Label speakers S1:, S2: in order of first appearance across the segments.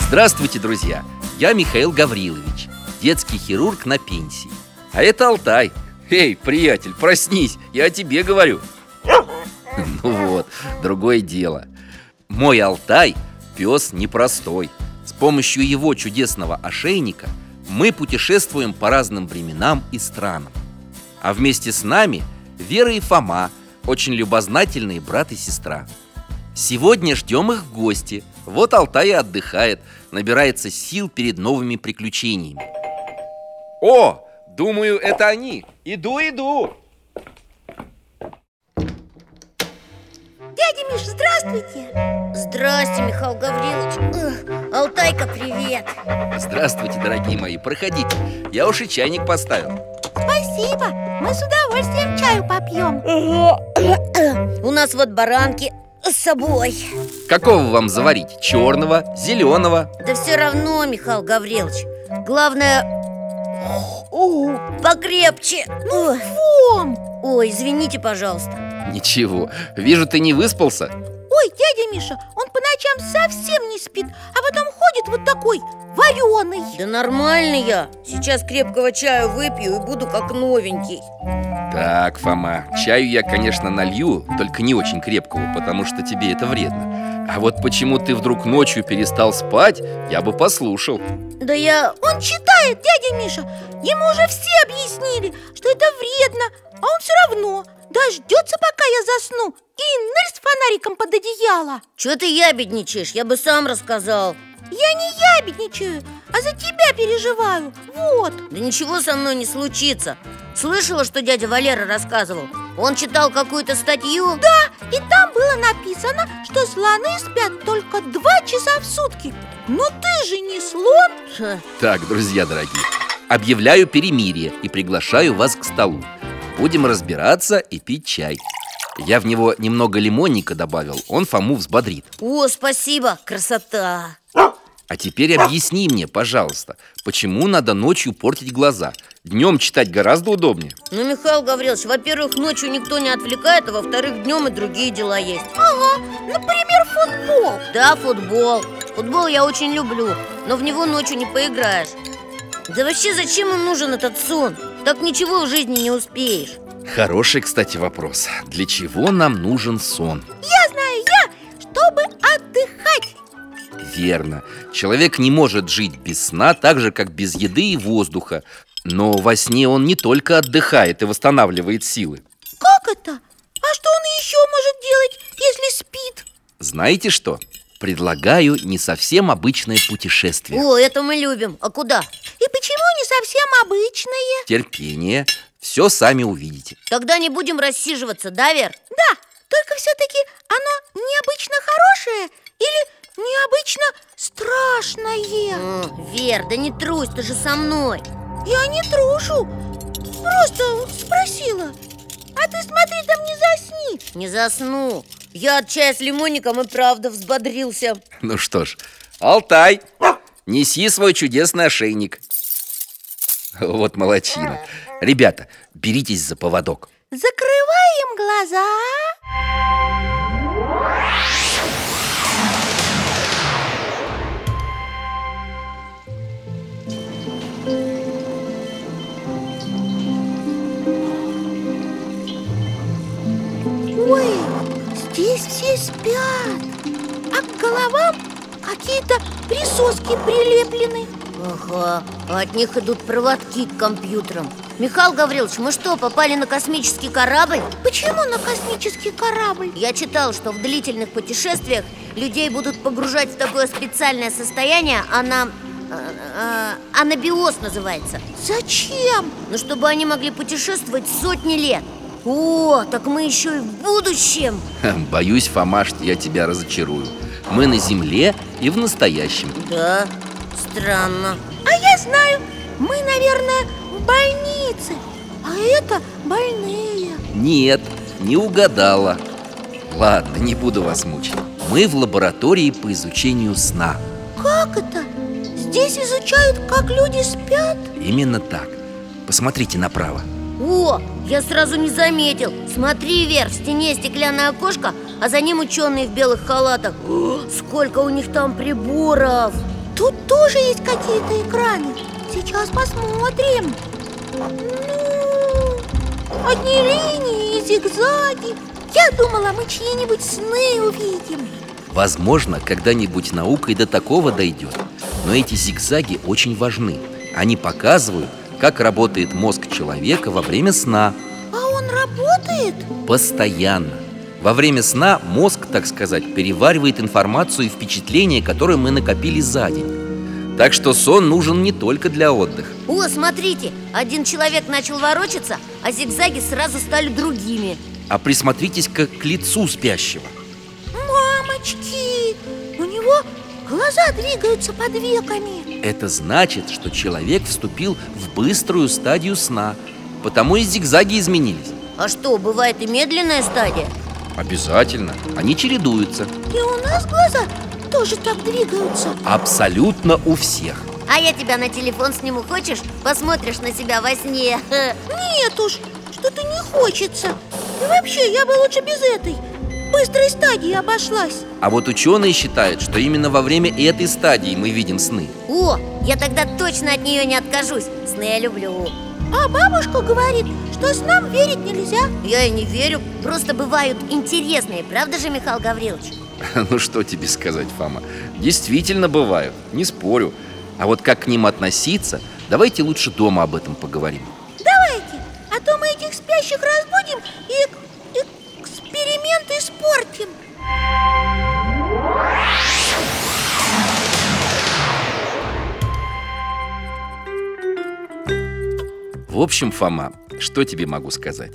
S1: Здравствуйте, друзья! Я Михаил Гаврилович, детский хирург на пенсии А это Алтай Эй, приятель, проснись, я о тебе говорю Ну вот, другое дело Мой Алтай – пес непростой С помощью его чудесного ошейника мы путешествуем по разным временам и странам А вместе с нами Вера и Фома, очень любознательные брат и сестра Сегодня ждем их в гости Вот Алтай и отдыхает, набирается сил перед новыми приключениями О, думаю, это они Иду, иду
S2: Дядя Миш, здравствуйте!
S3: Здрасте, Михаил Гаврилович Эх, Алтайка, привет
S1: Здравствуйте, дорогие мои, проходите Я уж и чайник поставил
S2: Спасибо, мы с удовольствием чаю попьем
S3: У нас вот баранки с собой
S1: Какого вам заварить? Черного, зеленого?
S3: Да все равно, Михаил Гаврилович Главное, покрепче
S2: Ну,
S3: Ой,
S2: Фом!
S3: Ой, извините, пожалуйста
S1: Ничего, вижу, ты не выспался
S2: Ой, дядя Миша, он по ночам совсем не спит А потом ходит вот такой, вареный
S3: Да нормально я Сейчас крепкого чаю выпью и буду как новенький
S1: Так, Фома, чаю я, конечно, налью, только не очень крепкого, потому что тебе это вредно. А вот почему ты вдруг ночью перестал спать, я бы послушал.
S3: Да я...
S2: Он читает, дядя Миша Ему уже все объяснили, что это вредно А он все равно дождется, пока я засну И нырь с фонариком под одеяло
S3: Чё ты ябедничаешь? Я бы сам рассказал
S2: Я не ябедничаю, а за тебя переживаю Вот
S3: Да ничего со мной не случится Слышала, что дядя Валера рассказывал? Он читал какую-то статью? Да
S2: И там было написано, что слоны спят только два часа в сутки Но ты же не слон
S1: Так, друзья дорогие, объявляю перемирие и приглашаю вас к столу. Будем разбираться и пить чай. Я в него немного лимонника добавил, он Фому взбодрит.
S3: О, спасибо, красота
S1: А теперь объясни мне, пожалуйста, почему надо ночью портить глаза? Днем читать гораздо удобнее.
S3: Ну, Михаил Гаврилович, во-первых, ночью никто не отвлекает А во-вторых, днем и другие дела есть
S2: Например, футбол
S3: Да, футбол Футбол я очень люблю Но в него ночью не поиграешь Да вообще, зачем им нужен этот сон? Так ничего в жизни не успеешь
S1: Хороший, кстати, вопрос. Для чего нам нужен сон?
S2: Я знаю я, чтобы отдыхать
S1: Верно. Человек не может жить без сна так же, как без еды и воздуха. Но во сне он не только отдыхает и восстанавливает силы.
S2: Как это? А что он еще может делать, если спит?
S1: Знаете что? Предлагаю не совсем обычное путешествие.
S3: О, это мы любим А куда?
S2: И почему не совсем обычные?
S1: Терпение. Все сами увидите.
S3: Тогда не будем рассиживаться, да, Вер?
S2: Да, только все-таки оно необычно хорошее или необычно страшное
S3: М, Вер, да не трусь, ты же со мной
S2: Я не трушу Просто спросила А ты смотри, там не засни
S3: Не засну Я от чая с лимонником и правда взбодрился
S1: Ну что ж, Алтай, неси свой чудесный ошейник. Вот молочина. Ребята, беритесь за поводок.
S2: Закрываем глаза Ой, здесь все спят А головам какие-то присоски прилеплены
S3: Ага, а от них идут проводки к компьютерам Михаил Гаврилович, мы что, попали на космический корабль?
S2: Почему на космический корабль?
S3: Я читал, что в длительных путешествиях людей будут погружать в такое специальное состояние Ана... э, э, анабиоз называется
S2: Зачем?
S3: Ну, чтобы они могли путешествовать сотни лет О, так мы еще и в будущем
S1: Ха, Боюсь, Фома, что я тебя разочарую Мы на земле и в настоящем
S3: Да, странно
S2: А я знаю, мы, наверное, в больнице А это больные
S1: Нет, не угадала Ладно, не буду вас мучить Мы в лаборатории по изучению сна
S2: Как это? Здесь изучают, как люди спят?
S1: Именно так Посмотрите направо
S3: О, я сразу не заметил Смотри вверх, в стене стеклянное окошко А за ним ученые в белых халатах О, Сколько у них там приборов
S2: Тут тоже есть какие-то экраны Сейчас посмотрим Ну, одни линии и зигзаги Я думала, мы чьи-нибудь сны увидим
S1: Возможно, когда-нибудь наука и до такого дойдет Но эти зигзаги очень важны Они показывают, как работает мозг человека во время сна
S2: А он работает?
S1: Постоянно Во время сна мозг, так сказать, переваривает информацию и впечатления, которые мы накопили за день Так что сон нужен не только для отдыха
S3: О, смотрите, один человек начал ворочаться А зигзаги сразу стали другими
S1: А присмотритесь как к лицу спящего
S2: Мамочки! У него глаза двигаются под веками
S1: Это значит, что человек вступил в быструю стадию сна Потому и зигзаги изменились
S3: А что, бывает и медленная стадия?
S1: Обязательно Они чередуются
S2: И у нас глаза тоже так двигаются
S1: Абсолютно у всех
S3: А я тебя на телефон сниму, хочешь? Посмотришь на себя во сне
S2: Нет уж, что-то не хочется И вообще, я бы лучше без этой Быстрой стадии обошлась
S1: А вот ученые считают, что именно во время этой стадии мы видим сны
S3: О, я тогда точно от нее не откажусь Сны я люблю
S2: А бабушка говорит, что снам верить нельзя
S3: Я и не верю Просто бывают интересные, правда же, Михаил Гаврилович?
S1: Ну что тебе сказать, Фома Действительно бывают, не спорю А вот как к ним относиться, давайте лучше дома об этом поговорим
S2: Давайте, а то мы этих спящих разбудим и эк- эксперимент испортим
S1: В общем, Фома, что тебе могу сказать?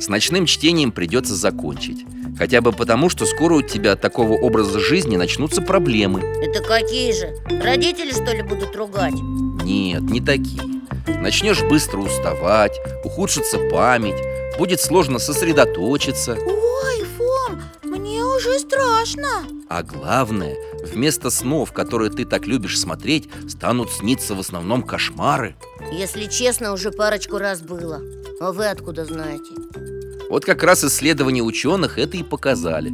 S1: С ночным чтением придется закончить Хотя бы потому, что скоро у тебя от такого образа жизни начнутся проблемы
S3: Это какие же? Родители, что ли, будут ругать?
S1: Нет, не такие. Начнешь быстро уставать, ухудшится память, будет сложно сосредоточиться.
S2: Ой, Фом, мне уже страшно
S1: А главное, вместо снов, которые ты так любишь смотреть, станут сниться в основном кошмары.
S3: Если честно, уже парочку раз было А вы откуда знаете?
S1: Вот как раз исследования ученых это и показали.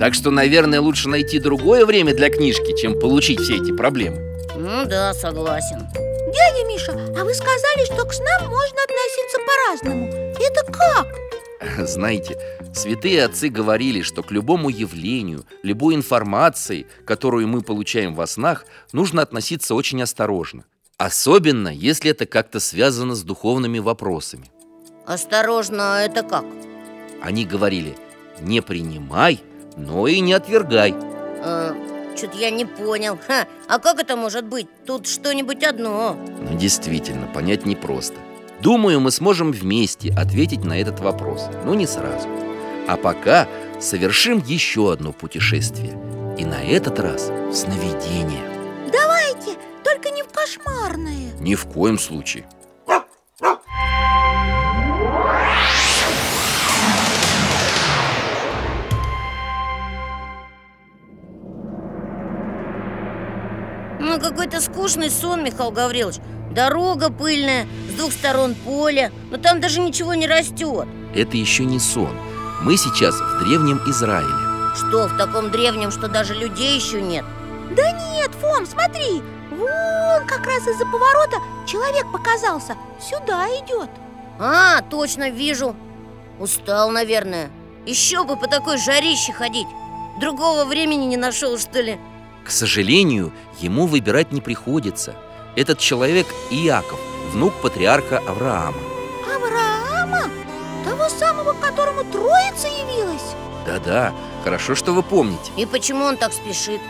S1: Так что, наверное, лучше найти другое время для книжки, чем получить все эти проблемы.
S3: Ну да, согласен
S2: Дядя Миша, а вы сказали, что к снам можно относиться по-разному Это как?
S1: Знаете, святые отцы говорили, что к любому явлению, любой информации, которую мы получаем во снах, нужно относиться очень осторожно. Особенно, если это как-то связано с духовными вопросами.
S3: Осторожно, это как?
S1: Они говорили «не принимай, но и не отвергай».
S3: Чуть Э, я не понял Ха, А как это может быть? Тут что-нибудь одно
S1: Но действительно, понять непросто. Думаю, мы сможем вместе ответить на этот вопрос, но не сразу. А пока совершим еще одно путешествие. И на этот раз в сновидение.
S2: Давайте, только не в кошмарные
S1: Ни в коем случае.
S3: Ну, какой-то скучный сон, Михаил Гаврилович Дорога пыльная, с двух сторон поле Но там даже ничего не растет
S1: Это еще не сон. Мы сейчас в древнем Израиле.
S3: Что, в таком древнем, что даже людей еще нет?
S2: Да нет, Фом, смотри Вон как раз из-за поворота человек показался Сюда идет
S3: А, точно, вижу Устал, наверное Еще бы по такой жарище ходить Другого времени не нашел, что ли?
S1: К сожалению, ему выбирать не приходится. Этот человек Иаков, внук патриарха Авраама.
S2: Авраама? Того самого, к которому троица явилась?
S1: Да-да, хорошо, что вы помните.
S3: И почему он так спешит?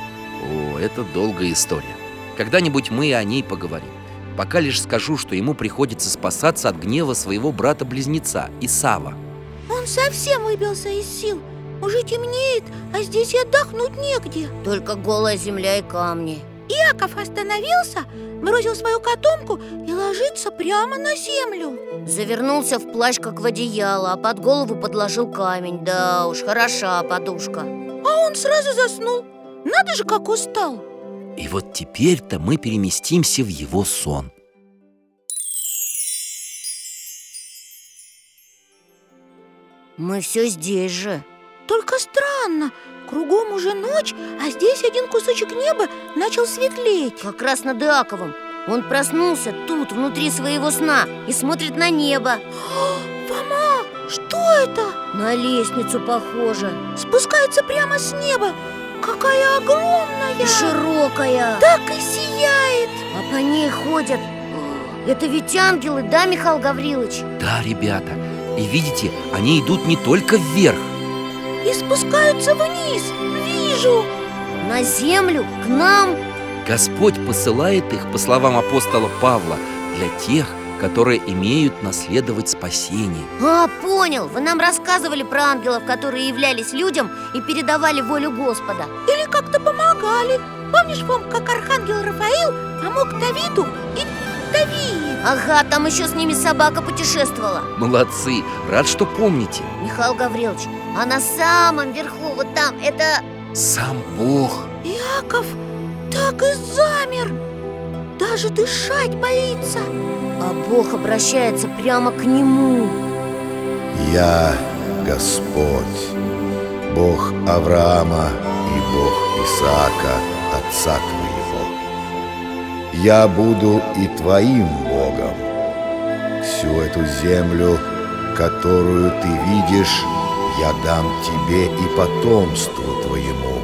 S1: О, это долгая история. Когда-нибудь мы и о ней поговорим. Пока лишь скажу, что ему приходится спасаться от гнева своего брата-близнеца Исава.
S2: Он совсем выбился из сил Уже темнеет, а здесь и отдохнуть негде
S3: Только голая земля и камни
S2: Яков остановился, бросил свою котомку и ложится прямо на землю
S3: Завернулся в плащ, как в одеяло, а под голову подложил камень Да уж, хороша подушка
S2: А он сразу заснул Надо же, как устал
S1: И вот теперь-то мы переместимся в его сон.
S3: Мы все здесь же
S2: Только странно, кругом уже ночь, а здесь один кусочек неба начал светлеть
S3: Как раз над Иаковом Он проснулся тут, внутри своего сна И смотрит на небо
S2: Фома, что это?
S3: На лестницу похоже
S2: Спускается прямо с неба Какая огромная!
S3: И широкая
S2: Так и сияет!
S3: А по ней ходят О, Это ведь ангелы, да, Михаил Гаврилович?
S1: Да, ребята, и видите, они идут не только вверх.
S2: И спускаются вниз! Вижу!
S3: На землю, к нам
S1: Господь посылает их, по словам апостола Павла, для тех, которые имеют наследовать спасение.
S3: А, понял, вы нам рассказывали про ангелов, которые являлись людям и передавали волю Господа
S2: Или как-то помогали Помнишь, Фом, как архангел Рафаил помог Давиду и Давии?
S3: Ага, там еще с ними собака путешествовала
S1: Молодцы, рад, что помните.
S3: Михаил Гаврилович, а на самом верху, вот там, это...
S1: Сам Бог.
S2: Иаков так и замер Даже дышать боится
S3: А Бог обращается прямо к нему
S4: Я Господь, Бог Авраама и Бог Исаака, отца твоего. Я буду и твоим Богом. Всю эту землю, которую ты видишь, я дам тебе и потомству твоему.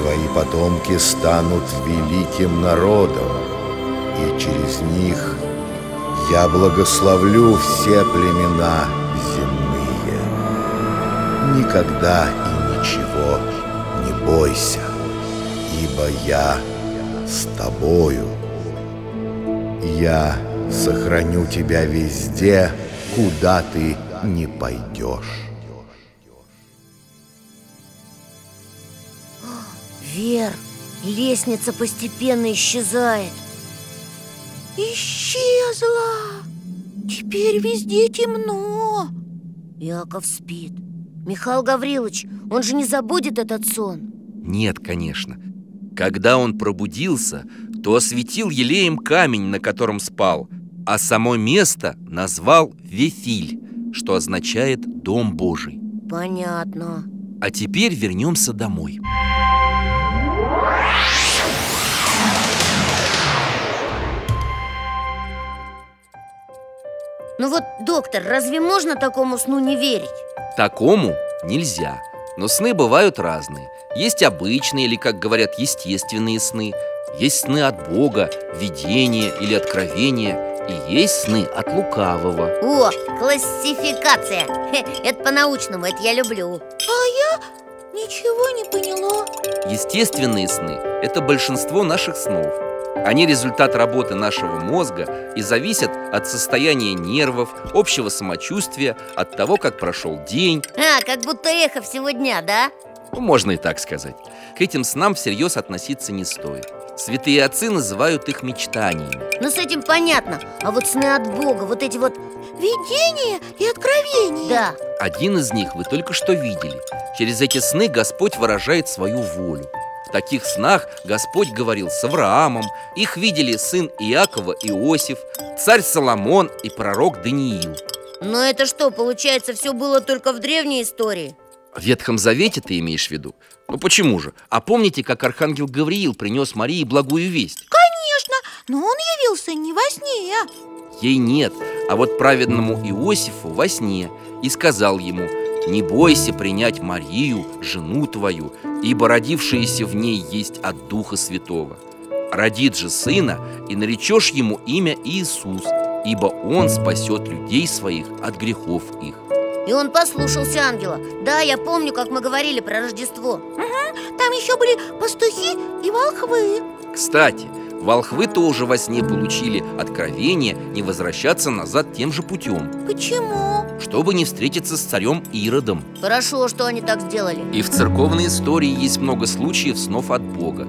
S4: Твои потомки станут великим народом, и через них – я благословлю все племена земные. Никогда и ничего не бойся, ибо я с тобою. Я сохраню тебя везде, куда ты не пойдешь.
S3: Вер, лестница постепенно исчезает
S2: Исчезла Теперь везде темно
S3: Иаков спит Михаил Гаврилович, он же не забудет этот сон
S1: Нет, конечно. Когда он пробудился, то осветил елеем камень, на котором спал, а само место назвал Вефиль, что означает «дом Божий».
S3: Понятно
S1: А теперь вернемся домой.
S3: Ну вот, доктор, разве можно такому сну не верить?
S1: Такому нельзя. Но сны бывают разные. Есть обычные или, как говорят, естественные сны. Есть сны от Бога, видения или откровения. И есть сны от лукавого.
S3: О, классификация Хе, Это по-научному, это я люблю
S2: А я ничего не поняла
S1: Естественные сны – это большинство наших снов. Они результат работы нашего мозга и зависят от состояния нервов, общего самочувствия, от того, как прошел день,
S3: А, как будто эхо всего дня, да?
S1: Ну, можно и так сказать. К этим снам всерьез относиться не стоит. Святые отцы называют их мечтаниями.
S3: Ну с этим понятно А вот сны от Бога, вот эти вот,
S2: Видение и откровение
S3: да
S1: Один из них вы только что видели. Через эти сны Господь выражает свою волю. В таких снах Господь говорил с Авраамом, их видели сын Иакова Иосиф, царь Соломон и пророк Даниил.
S3: Но это что, получается, все было только в древней истории?
S1: В Ветхом Завете ты имеешь в виду? Ну почему же? А помните, как архангел Гавриил принес Марии благую весть?
S2: Конечно, но он явился не во сне
S1: Ей нет, а вот праведному Иосифу во сне и сказал ему Не бойся принять Марию, жену твою, ибо родившееся в ней есть от Духа Святого. Родит же сына, и наречешь ему имя Иисус, ибо он спасет людей своих от грехов их.
S3: И он послушался ангела Да, я помню, как мы говорили про Рождество
S2: Там еще были пастухи и волхвы
S1: Кстати, волхвы тоже во сне получили откровение не возвращаться назад тем же путем,
S2: Почему?
S1: чтобы не встретиться с царем Иродом.
S3: Хорошо, что они так сделали
S1: И в церковной истории есть много случаев снов от Бога.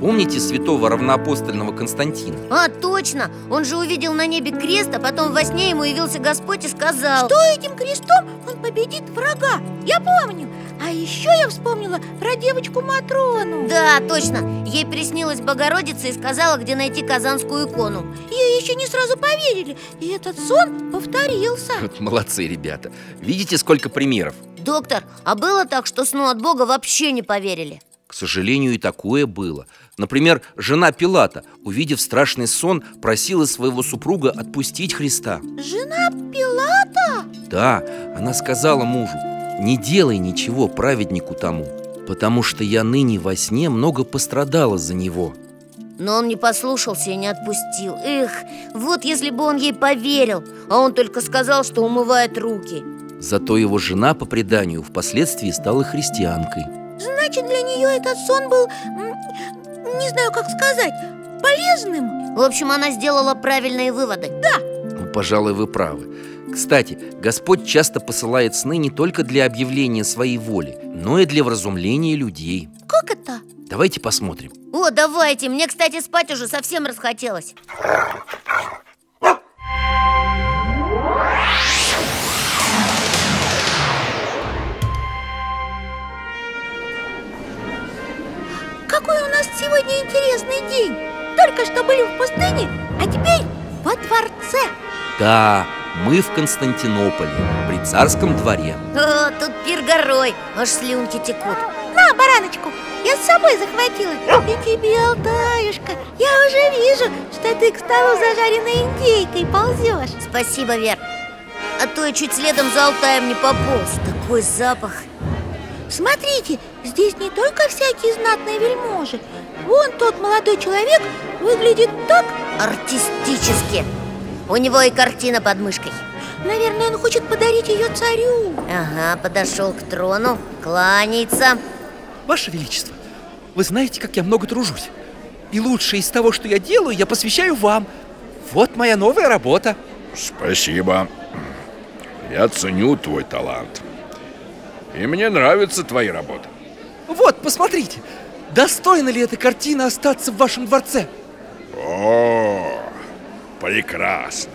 S1: Помните святого равноапостольного Константина?
S3: А, точно! Он же увидел на небе крест, а потом во сне ему явился Господь и сказал
S2: Что этим крестом он победит врага? Я помню А еще я вспомнила про девочку Матрону
S3: Да, точно! Ей приснилась Богородица и сказала, где найти казанскую икону
S2: Ей еще не сразу поверили И этот сон повторился
S1: Вот Молодцы, ребята. Видите, сколько примеров?
S3: Доктор, а было так, что сну от Бога вообще не поверили?
S1: К сожалению, и такое было. Например, жена Пилата, увидев страшный сон, просила своего супруга отпустить Христа.
S2: Жена Пилата?
S1: Да, она сказала мужу, не делай ничего праведнику тому, потому что я ныне во сне много пострадала за него.
S3: Но он не послушался и не отпустил Эх, вот если бы он ей поверил А он только сказал, что умывает руки
S1: Зато его жена, по преданию, впоследствии стала христианкой.
S2: Значит, для нее этот сон был, м, не знаю, как сказать, полезным
S3: В общем, она сделала правильные выводы
S1: Ну, пожалуй, вы правы. Кстати, Господь часто посылает сны не только для объявления своей воли, но и для вразумления людей.
S2: Как это?
S1: Давайте посмотрим.
S3: О, давайте, мне, кстати, спать уже совсем расхотелось
S2: Какой у нас сегодня интересный день Только что были в пустыне, а теперь во дворце
S1: Да, мы в Константинополе, при царском дворе.
S3: О, тут пир горой, аж слюнки текут
S2: На, бараночку, я с собой захватила И тебе, Алтаюшка, я уже вижу, что ты к столу зажаренной индейкой ползешь
S3: Спасибо, Вер А то я чуть следом за Алтаем не пополз Такой запах
S2: Смотрите, здесь не только всякие знатные вельможи Вон тот молодой человек выглядит так
S3: артистически У него и картина под мышкой
S2: Наверное, он хочет подарить ее царю
S3: Ага, подошел к трону, кланяется
S5: Ваше Величество, вы знаете, как я много тружусь. И лучшее из того, что я делаю, я посвящаю вам. Вот моя новая работа.
S6: Спасибо. Я ценю твой талант. И мне нравятся твои работы.
S5: Вот, посмотрите, достойна ли эта картина остаться в вашем дворце?
S6: О, прекрасно.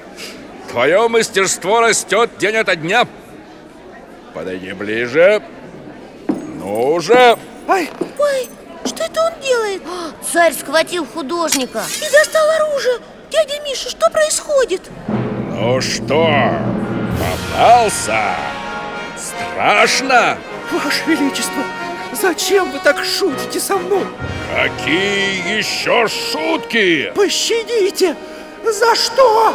S6: Твое мастерство растет день ото дня. Подойди ближе. Ну уже.
S5: Ай,
S2: Ой, что это он делает?
S3: Царь схватил художника
S2: И достал оружие Дядя Миша, что происходит?
S6: Ну что, попался? Страшно?
S5: ваше Величество, зачем вы так шутите со мной?
S6: Какие еще шутки?
S5: Пощадите! За что?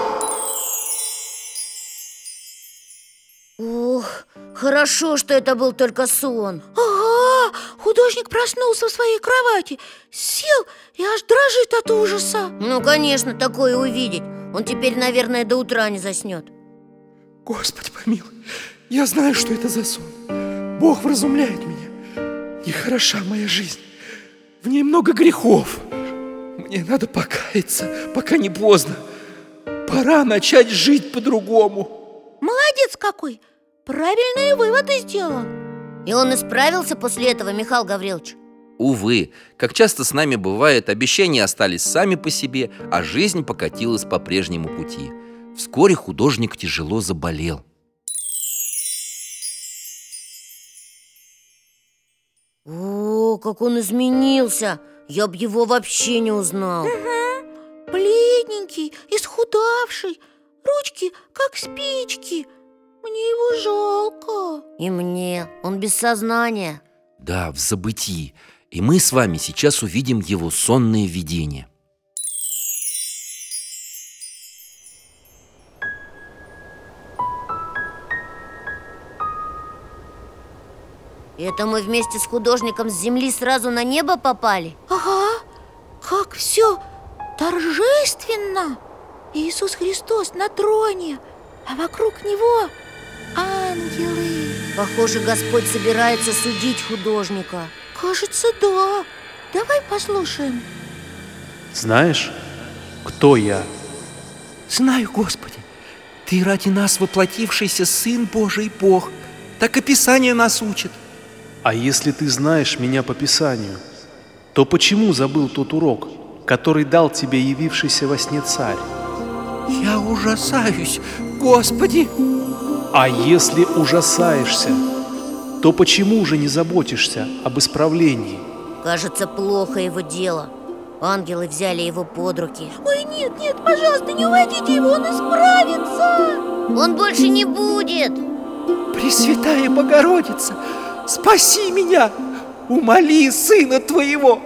S3: Ох, хорошо, что это был только сон
S2: Ага, художник проснулся в своей кровати Сел и аж дрожит от ужаса
S3: Ну, конечно, такое увидеть Он теперь, наверное, до утра не заснет
S5: Господи помилуй, я знаю, что это за сон. Бог вразумляет меня. Нехороша моя жизнь. В ней много грехов. Мне надо покаяться, пока не поздно. Пора начать жить по-другому.
S2: Молодец какой, правильные выводы сделал
S3: И он исправился после этого, Михаил Гаврилович
S1: Увы, как часто с нами бывает, обещания остались сами по себе, а жизнь покатилась по прежнему пути. Вскоре художник тяжело заболел.
S3: О, как он изменился Я б его вообще не узнал
S2: Бледненький, исхудавший Ручки как спички Мне его жалко
S3: И мне, он без сознания
S1: Да, в забытии. И мы с вами сейчас увидим его сонное видение.
S3: Это мы вместе с художником с земли сразу на небо попали?
S2: Ага, как все торжественно! Иисус Христос на троне, а вокруг Него ангелы.
S3: Похоже, Господь собирается судить художника
S2: Кажется, да. Давай послушаем.
S7: Знаешь, кто я?
S1: Знаю, Господи, Ты ради нас воплотившийся Сын Божий Бог. Так и Писание нас учит.
S7: А если ты знаешь меня по Писанию, то почему забыл тот урок, который дал тебе явившийся во сне царь?
S1: Я ужасаюсь, Господи!
S7: А если ужасаешься, то почему же не заботишься об исправлении?
S3: Кажется, плохо его дело Ангелы взяли его под руки
S2: Ой, нет, нет, пожалуйста, не уводите его, он исправится.
S3: Он больше не будет
S1: Пресвятая Богородица, спаси меня! Умоли Сына Твоего!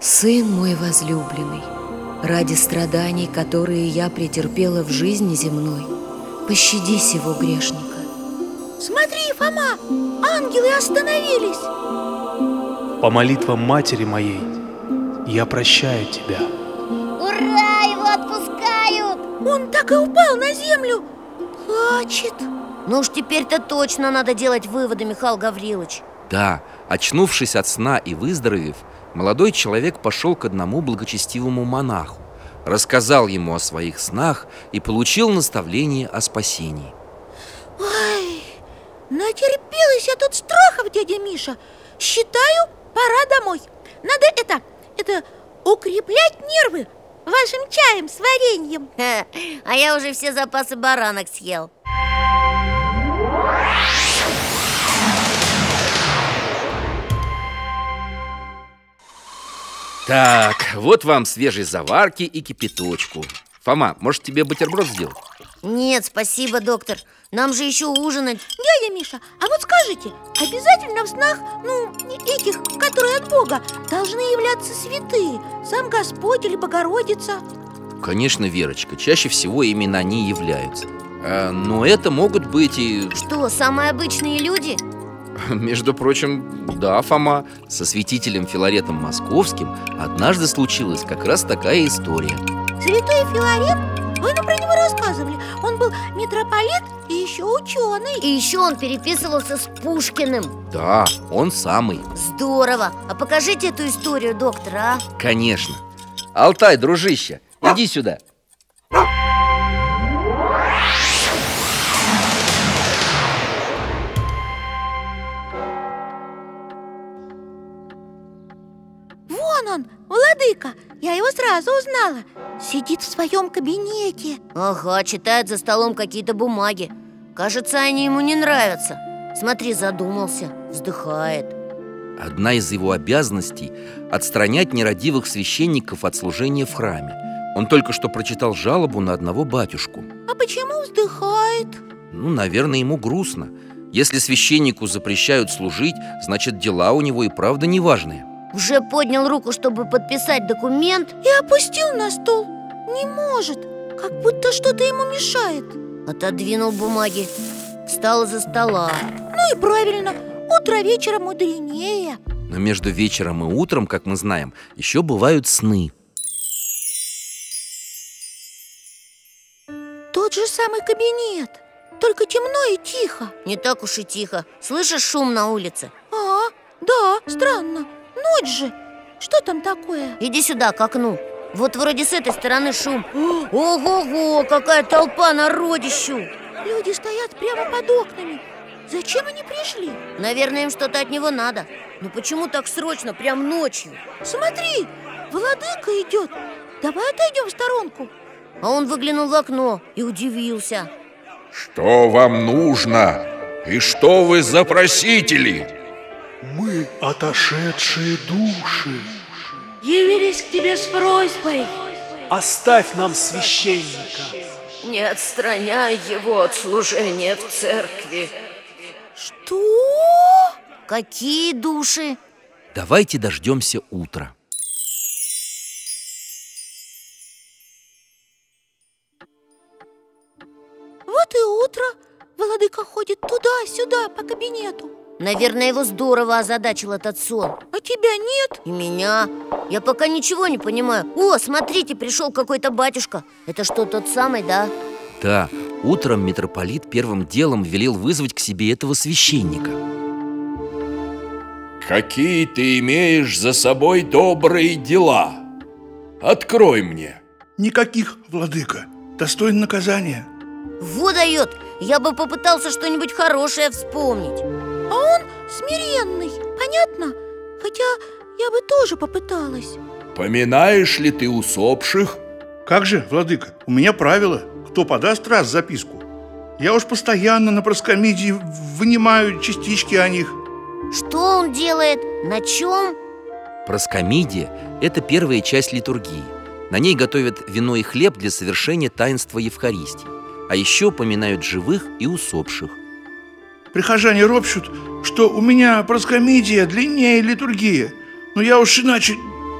S8: Сын мой возлюбленный, ради страданий, которые я претерпела в жизни земной, пощади сего грешника.
S2: Смотри, Фома, ангелы остановились.
S7: По молитвам матери моей я прощаю тебя.
S3: Ура, его отпускают
S2: Он так и упал на землю. Плачет.
S3: Ну уж теперь-то точно надо делать выводы, Михаил Гаврилович
S6: Да, очнувшись от сна и выздоровев, молодой человек пошел к одному благочестивому монаху, рассказал ему о своих снах и получил наставление о спасении.
S2: Ой, натерпелась я тут страхов, дядя Миша Считаю, пора домой Надо это, это, укреплять нервы Вашим чаем с вареньем
S3: Ха, А я уже все запасы баранок съел
S6: Так, вот вам свежей заварки и кипяточку. Фома, может тебе бутерброд сделать?
S3: Нет, спасибо, доктор Нам же еще ужинать
S2: Дядя Миша, а вот скажите Обязательно в снах, ну, этих, которые от Бога Должны являться святые Сам Господь или Богородица
S6: Конечно, Верочка, чаще всего именно они являются. А, Но это могут быть и,
S3: Что, самые обычные люди?
S6: между прочим, да, Фома, со святителем Филаретом Московским однажды случилась как раз такая история.
S2: Святой Филарет, вы нам про него рассказывали Он был митрополит и еще ученый
S3: И еще он переписывался с Пушкиным
S6: Да, он самый.
S3: Здорово А покажите эту историю, доктор, а?
S6: Конечно. Алтай, дружище, иди сюда.
S2: Вон он, владыка, я его сразу узнала Сидит в своем кабинете
S3: Ага, читает за столом какие-то бумаги Кажется, они ему не нравятся Смотри, задумался, вздыхает
S6: Одна из его обязанностей – отстранять нерадивых священников от служения в храме. Он только что прочитал жалобу на одного батюшку.
S2: А почему вздыхает?
S6: Ну, наверное, ему грустно. Если священнику запрещают служить, значит, дела у него и правда неважные.
S3: Уже поднял руку, чтобы подписать документ
S2: И опустил на стол Не может, как будто что-то ему мешает
S3: Отодвинул бумаги Встал из-за стола
S2: Ну и правильно, утро вечера мудренее
S6: Но между вечером и утром, как мы знаем, еще бывают сны.
S2: Тот же самый кабинет, только темно и тихо
S3: Не так уж и тихо Слышишь шум на улице?
S2: А, да, странно, ночь же Что там такое?
S3: Иди сюда, к окну Вот вроде с этой стороны шум Ого-го, какая толпа народищу
S2: Люди стоят прямо под окнами Зачем они пришли?
S3: Наверное, им что-то от него надо Но почему так срочно, прям ночью?
S2: Смотри, владыка идет Давай отойдем в сторонку
S3: А он выглянул в окно и удивился
S9: Что вам нужно? И что вы за просители?
S7: Мы отошедшие души.
S2: Явились к тебе с просьбой
S7: Оставь нам священника.
S8: Не отстраняй его от служения в церкви.
S2: Что?
S3: Какие души?
S6: Давайте дождемся утра.
S2: Вот и утро Владыка ходит туда-сюда по кабинету
S3: Наверное, его здорово озадачил этот сон
S2: А тебя нет?
S3: И меня Я пока ничего не понимаю О, смотрите, пришел какой-то батюшка Это что, тот самый, да?
S6: Да, утром митрополит первым делом велел вызвать к себе этого священника
S10: Какие ты имеешь за собой добрые дела? Открой мне.
S9: Никаких, владыка. Достоин наказания.
S3: Во дает! Я бы попытался что-нибудь хорошее вспомнить
S2: А он смиренный, понятно? Хотя я бы тоже попыталась
S10: Поминаешь ли ты усопших?
S9: Как же, владыка, у меня правило. Кто подаст раз записку? Я уж постоянно на проскомидии вынимаю частички о них.
S3: Что он делает? На чем?
S6: Проскомидия – это первая часть литургии На ней готовят вино и хлеб для совершения таинства Евхаристии А еще поминают живых и усопших
S9: Прихожане ропщут, что у меня проскомидия длиннее литургии. Но я уж иначе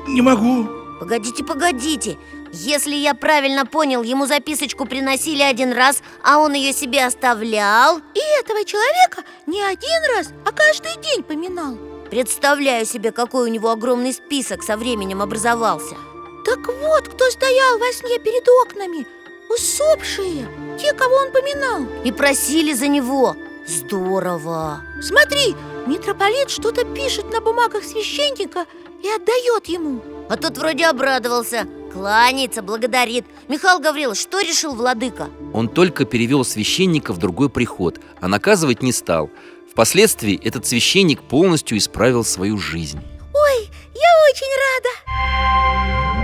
S9: не могу.
S3: Погодите, погодите Если я правильно понял, ему записочку приносили один раз А он ее себе оставлял
S2: И этого человека не один раз, а каждый день поминал
S3: Представляю себе, какой у него огромный список со временем образовался
S2: Так вот, кто стоял во сне перед окнами Усопшие, те, кого он поминал
S3: И просили за него Здорово
S2: Смотри, митрополит что-то пишет на бумагах священника и отдает ему
S3: А тот вроде обрадовался Кланяется, благодарит Михаил Гаврилович, что решил владыка?
S6: Он только перевел священника в другой приход, а наказывать не стал Впоследствии этот священник полностью исправил свою жизнь
S2: Ой, я очень рада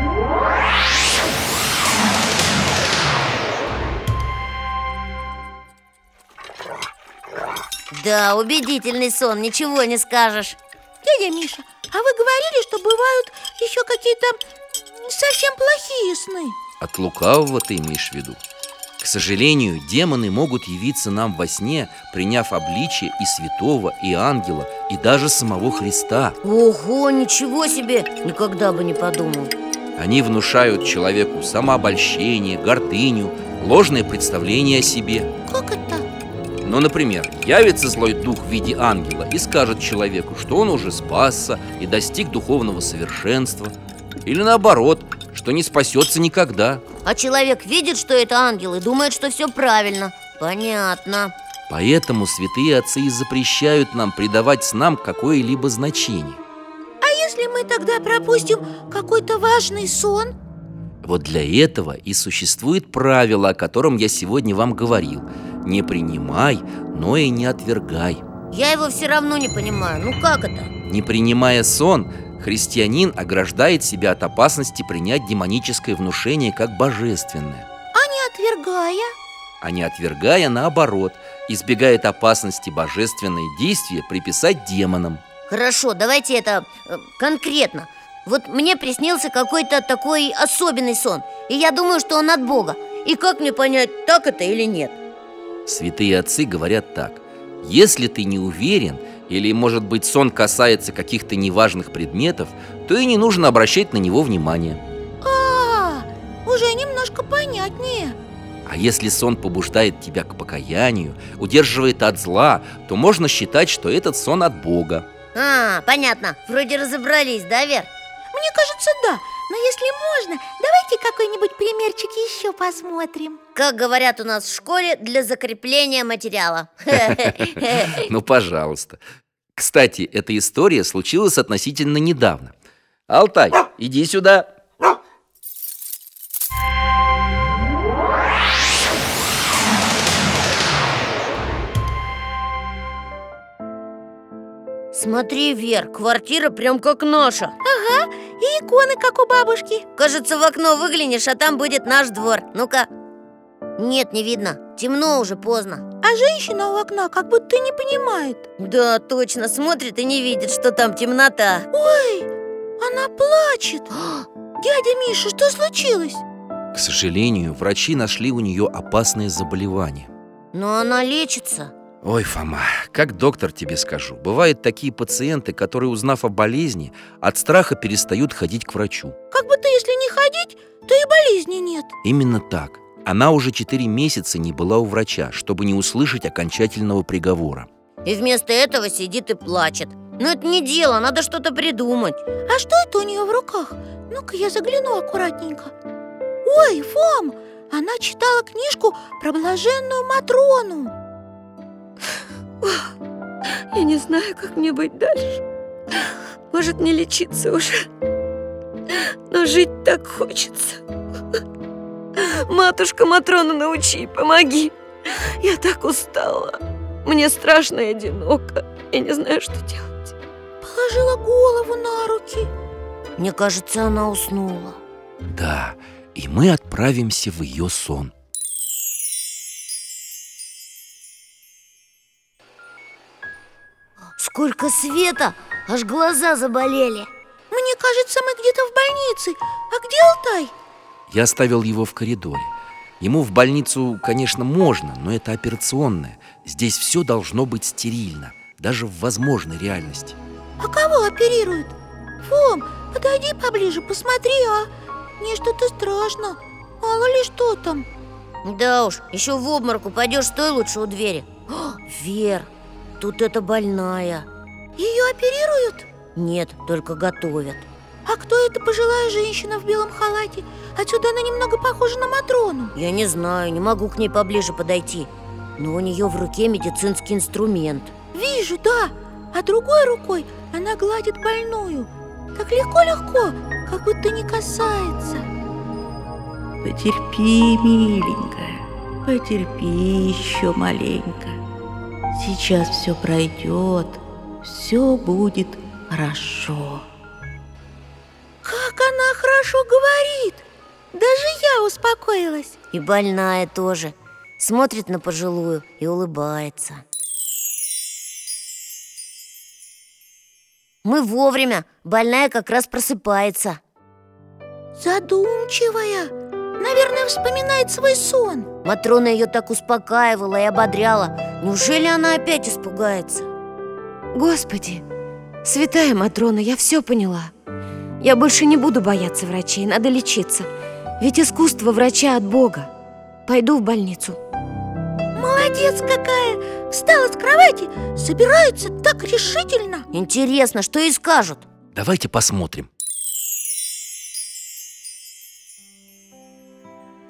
S3: Да, убедительный сон, ничего не скажешь
S2: Дядя Миша, а вы говорили, что бывают еще какие-то м, совсем плохие сны
S6: От лукавого ты имеешь в виду? К сожалению, демоны могут явиться нам во сне, приняв обличие и святого, и ангела, и даже самого Христа.
S3: Ого, ничего себе, никогда бы не подумал
S6: Они внушают человеку самообольщение, гордыню, ложное представление о себе.
S2: Как это?
S6: Ну, например, явится злой дух в виде ангела и скажет человеку, что он уже спасся и достиг духовного совершенства. Или наоборот, что не спасется никогда.
S3: А человек видит, что это ангел и думает, что все правильно Понятно
S6: Поэтому святые отцы и запрещают нам придавать снам какое-либо значение.
S2: А если мы тогда пропустим какой-то важный сон?
S6: Вот для этого и существует правило, о котором я сегодня вам говорил. Не принимай, но и не отвергай.
S3: Я его все равно не понимаю, ну как это?
S6: Не принимая сон, христианин ограждает себя от опасности принять демоническое внушение как божественное.
S2: А не отвергая?
S6: А не отвергая, наоборот, избегает опасности божественные действия приписать демонам.
S3: Хорошо, давайте это э, конкретно. Вот мне приснился какой-то такой особенный сон, и я думаю, что он от Бога. И как мне понять, так это или нет?
S6: Святые отцы говорят так. Если ты не уверен, или, может быть, сон касается каких-то неважных предметов, то и не нужно обращать на него внимание.
S2: А, уже немножко понятнее
S6: А если сон побуждает тебя к покаянию, удерживает от зла, то можно считать, что этот сон от Бога.
S3: А, понятно, вроде разобрались, да, Вер?
S2: Мне кажется, да Но если можно, давайте какой-нибудь примерчик еще посмотрим
S3: Как говорят у нас в школе, для закрепления материала
S6: Ну, пожалуйста. Кстати, эта история случилась относительно недавно. Алтай, иди сюда.
S3: Смотри, Вер, квартира прям как наша
S2: И иконы, как у бабушки
S3: Кажется, в окно выглянешь, а там будет наш двор Ну-ка Нет, не видно, темно уже, поздно
S2: А женщина у окна как будто не понимает
S3: Да, точно, смотрит и не видит, что там темнота
S2: Ой, она плачет Дядя Миша, что случилось?
S6: К сожалению, врачи нашли у нее опасное заболевание.
S3: Но она лечится
S6: Ой, Фома, как доктор тебе скажу, бывают такие пациенты, которые, узнав о болезни, от страха перестают ходить к врачу.
S2: Как будто если не ходить, то и болезни нет
S6: Именно так. Она уже 4 месяца не была у врача, чтобы не услышать окончательного приговора.
S3: И вместо этого сидит и плачет Но это не дело, надо что-то придумать
S2: А что это у нее в руках? Ну-ка я загляну аккуратненько Ой, Фом, она читала книжку про блаженную Матрону
S11: Я не знаю, как мне быть дальше. Может, не лечиться уже. Но жить так хочется. Матушка Матрона, научи, помоги. Я так устала. Мне страшно и одиноко. Я не знаю, что делать.
S2: Положила голову на руки
S3: Мне кажется, она уснула
S1: Да, и мы отправимся в ее сон.
S3: Сколько света, аж глаза заболели
S2: Мне кажется, мы где-то в больнице А где Алтай?
S1: Я оставил его в коридоре. Ему в больницу, конечно, можно, но это операционная. Здесь все должно быть стерильно, даже в возможной реальности.
S2: А кого оперируют? Фом, подойди поближе, посмотри, а? Мне что-то страшно Мало ли что там
S3: Да уж, еще в обморок упадешь, стой лучше у двери О, Вер, тут это больная
S2: Ее оперируют?
S3: Нет, только готовят
S2: А кто эта пожилая женщина в белом халате? Отсюда она немного похожа на Матрону
S3: Я не знаю, не могу к ней поближе подойти Но у нее в руке медицинский инструмент
S2: Вижу, да А другой рукой она гладит больную Так легко-легко, как будто не касается
S12: Потерпи, миленькая, потерпи еще маленько. Сейчас все пройдет, все будет хорошо.
S2: Как она хорошо говорит Даже я успокоилась
S3: И больная тоже Смотрит на пожилую и улыбается Мы вовремя, больная как раз просыпается
S2: Задумчивая Наверное, вспоминает свой сон
S3: Матрона ее так успокаивала и ободряла Неужели она опять испугается?
S11: Господи, святая Матрона, я все поняла. Я больше не буду бояться врачей, надо лечиться. Ведь искусство врача от Бога. Пойду в больницу.
S2: Молодец какая! Встала с кровати, собирается так решительно
S3: Интересно, что ей скажут?
S1: Давайте посмотрим.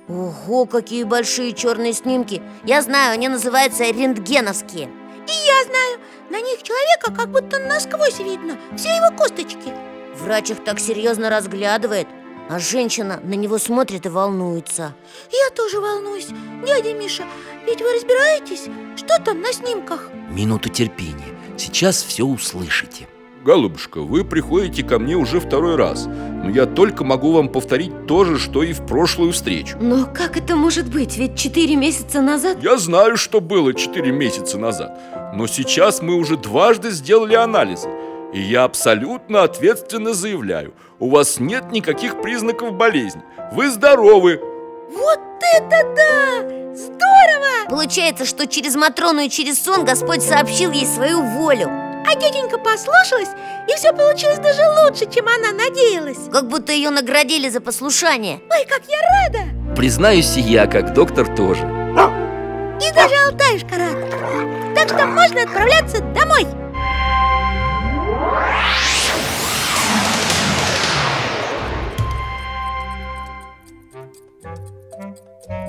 S3: Ого, какие большие черные снимки Я знаю, они называются рентгеновские
S2: И я знаю, на них человека как будто насквозь видно Все его косточки
S3: Врач их так серьезно разглядывает А женщина на него смотрит и волнуется
S2: Я тоже волнуюсь Дядя Миша, ведь вы разбираетесь, что там на снимках?
S1: Минуту терпения. Сейчас все услышите.
S6: Голубушка, вы приходите ко мне уже второй раз, но я только могу вам повторить то же, что и в прошлую встречу.
S11: Но как это может быть? Ведь четыре месяца назад...
S6: Я знаю, что было четыре месяца назад, но сейчас мы уже дважды сделали анализы. И я абсолютно ответственно заявляю, у вас нет никаких признаков болезни. Вы здоровы.
S2: Вот это да! Здорово!
S3: Получается, что через Матрону и через сон Господь сообщил ей свою волю
S2: А тетенька послушалась, и все получилось даже лучше, чем она надеялась
S3: Как будто ее наградили за послушание
S2: Ой, как я рада!
S1: Признаюсь и я, как доктор, тоже.
S2: И даже Алтаюшка рад Так что можно отправляться домой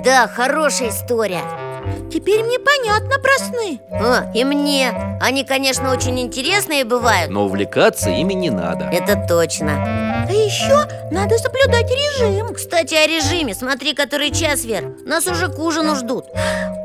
S3: Да, хорошая история
S2: Теперь мне понятно про сны
S3: а, И мне Они, конечно, очень интересные бывают
S1: Но увлекаться ими не надо
S3: Это точно
S2: А еще надо соблюдать режим
S3: Кстати, о режиме Смотри, который час, Вер Нас уже к ужину ждут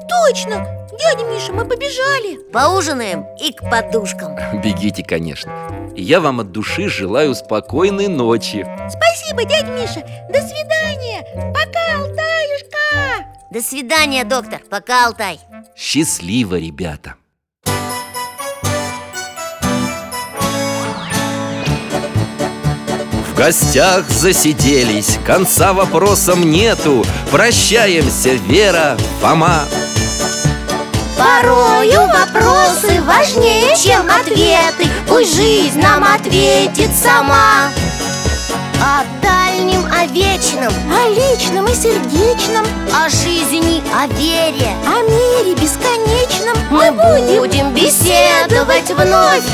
S2: Точно! Дядя Миша, мы побежали
S3: Поужинаем и к подушкам
S1: Бегите, конечно И я вам от души желаю спокойной ночи
S2: Спасибо, дядя Миша До свидания Пока, Алтаюшка
S3: До свидания, доктор Пока, Алтай
S1: Счастливо, ребята В гостях засиделись Конца вопросам нету Прощаемся, Вера, Фома
S13: Порою вопросы важнее, чем ответы Пусть жизнь нам ответит сама О дальнем, о вечном
S2: О личном и сердечном
S13: О жизни, о вере
S2: О мире бесконечном
S13: Мы, Мы будем беседовать
S2: радовать вновь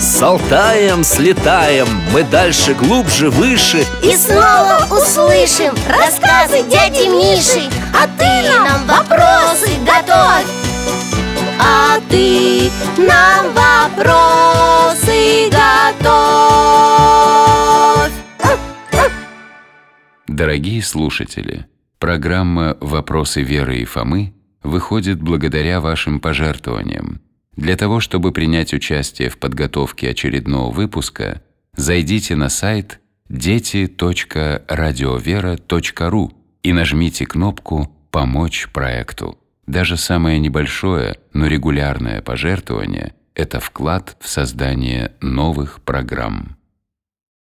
S6: С Алтаем слетаем, мы дальше, глубже, выше
S2: И снова услышим рассказы дяди Миши А ты нам вопросы готовь А ты нам вопросы готовь
S14: Дорогие слушатели, программа «Вопросы Веры и Фомы» выходит благодаря вашим пожертвованиям. Для того, чтобы принять участие в подготовке очередного выпуска, зайдите на сайт дети.радиовера.ру и нажмите кнопку «Помочь проекту». Даже самое небольшое, но регулярное пожертвование – это вклад в создание новых программ.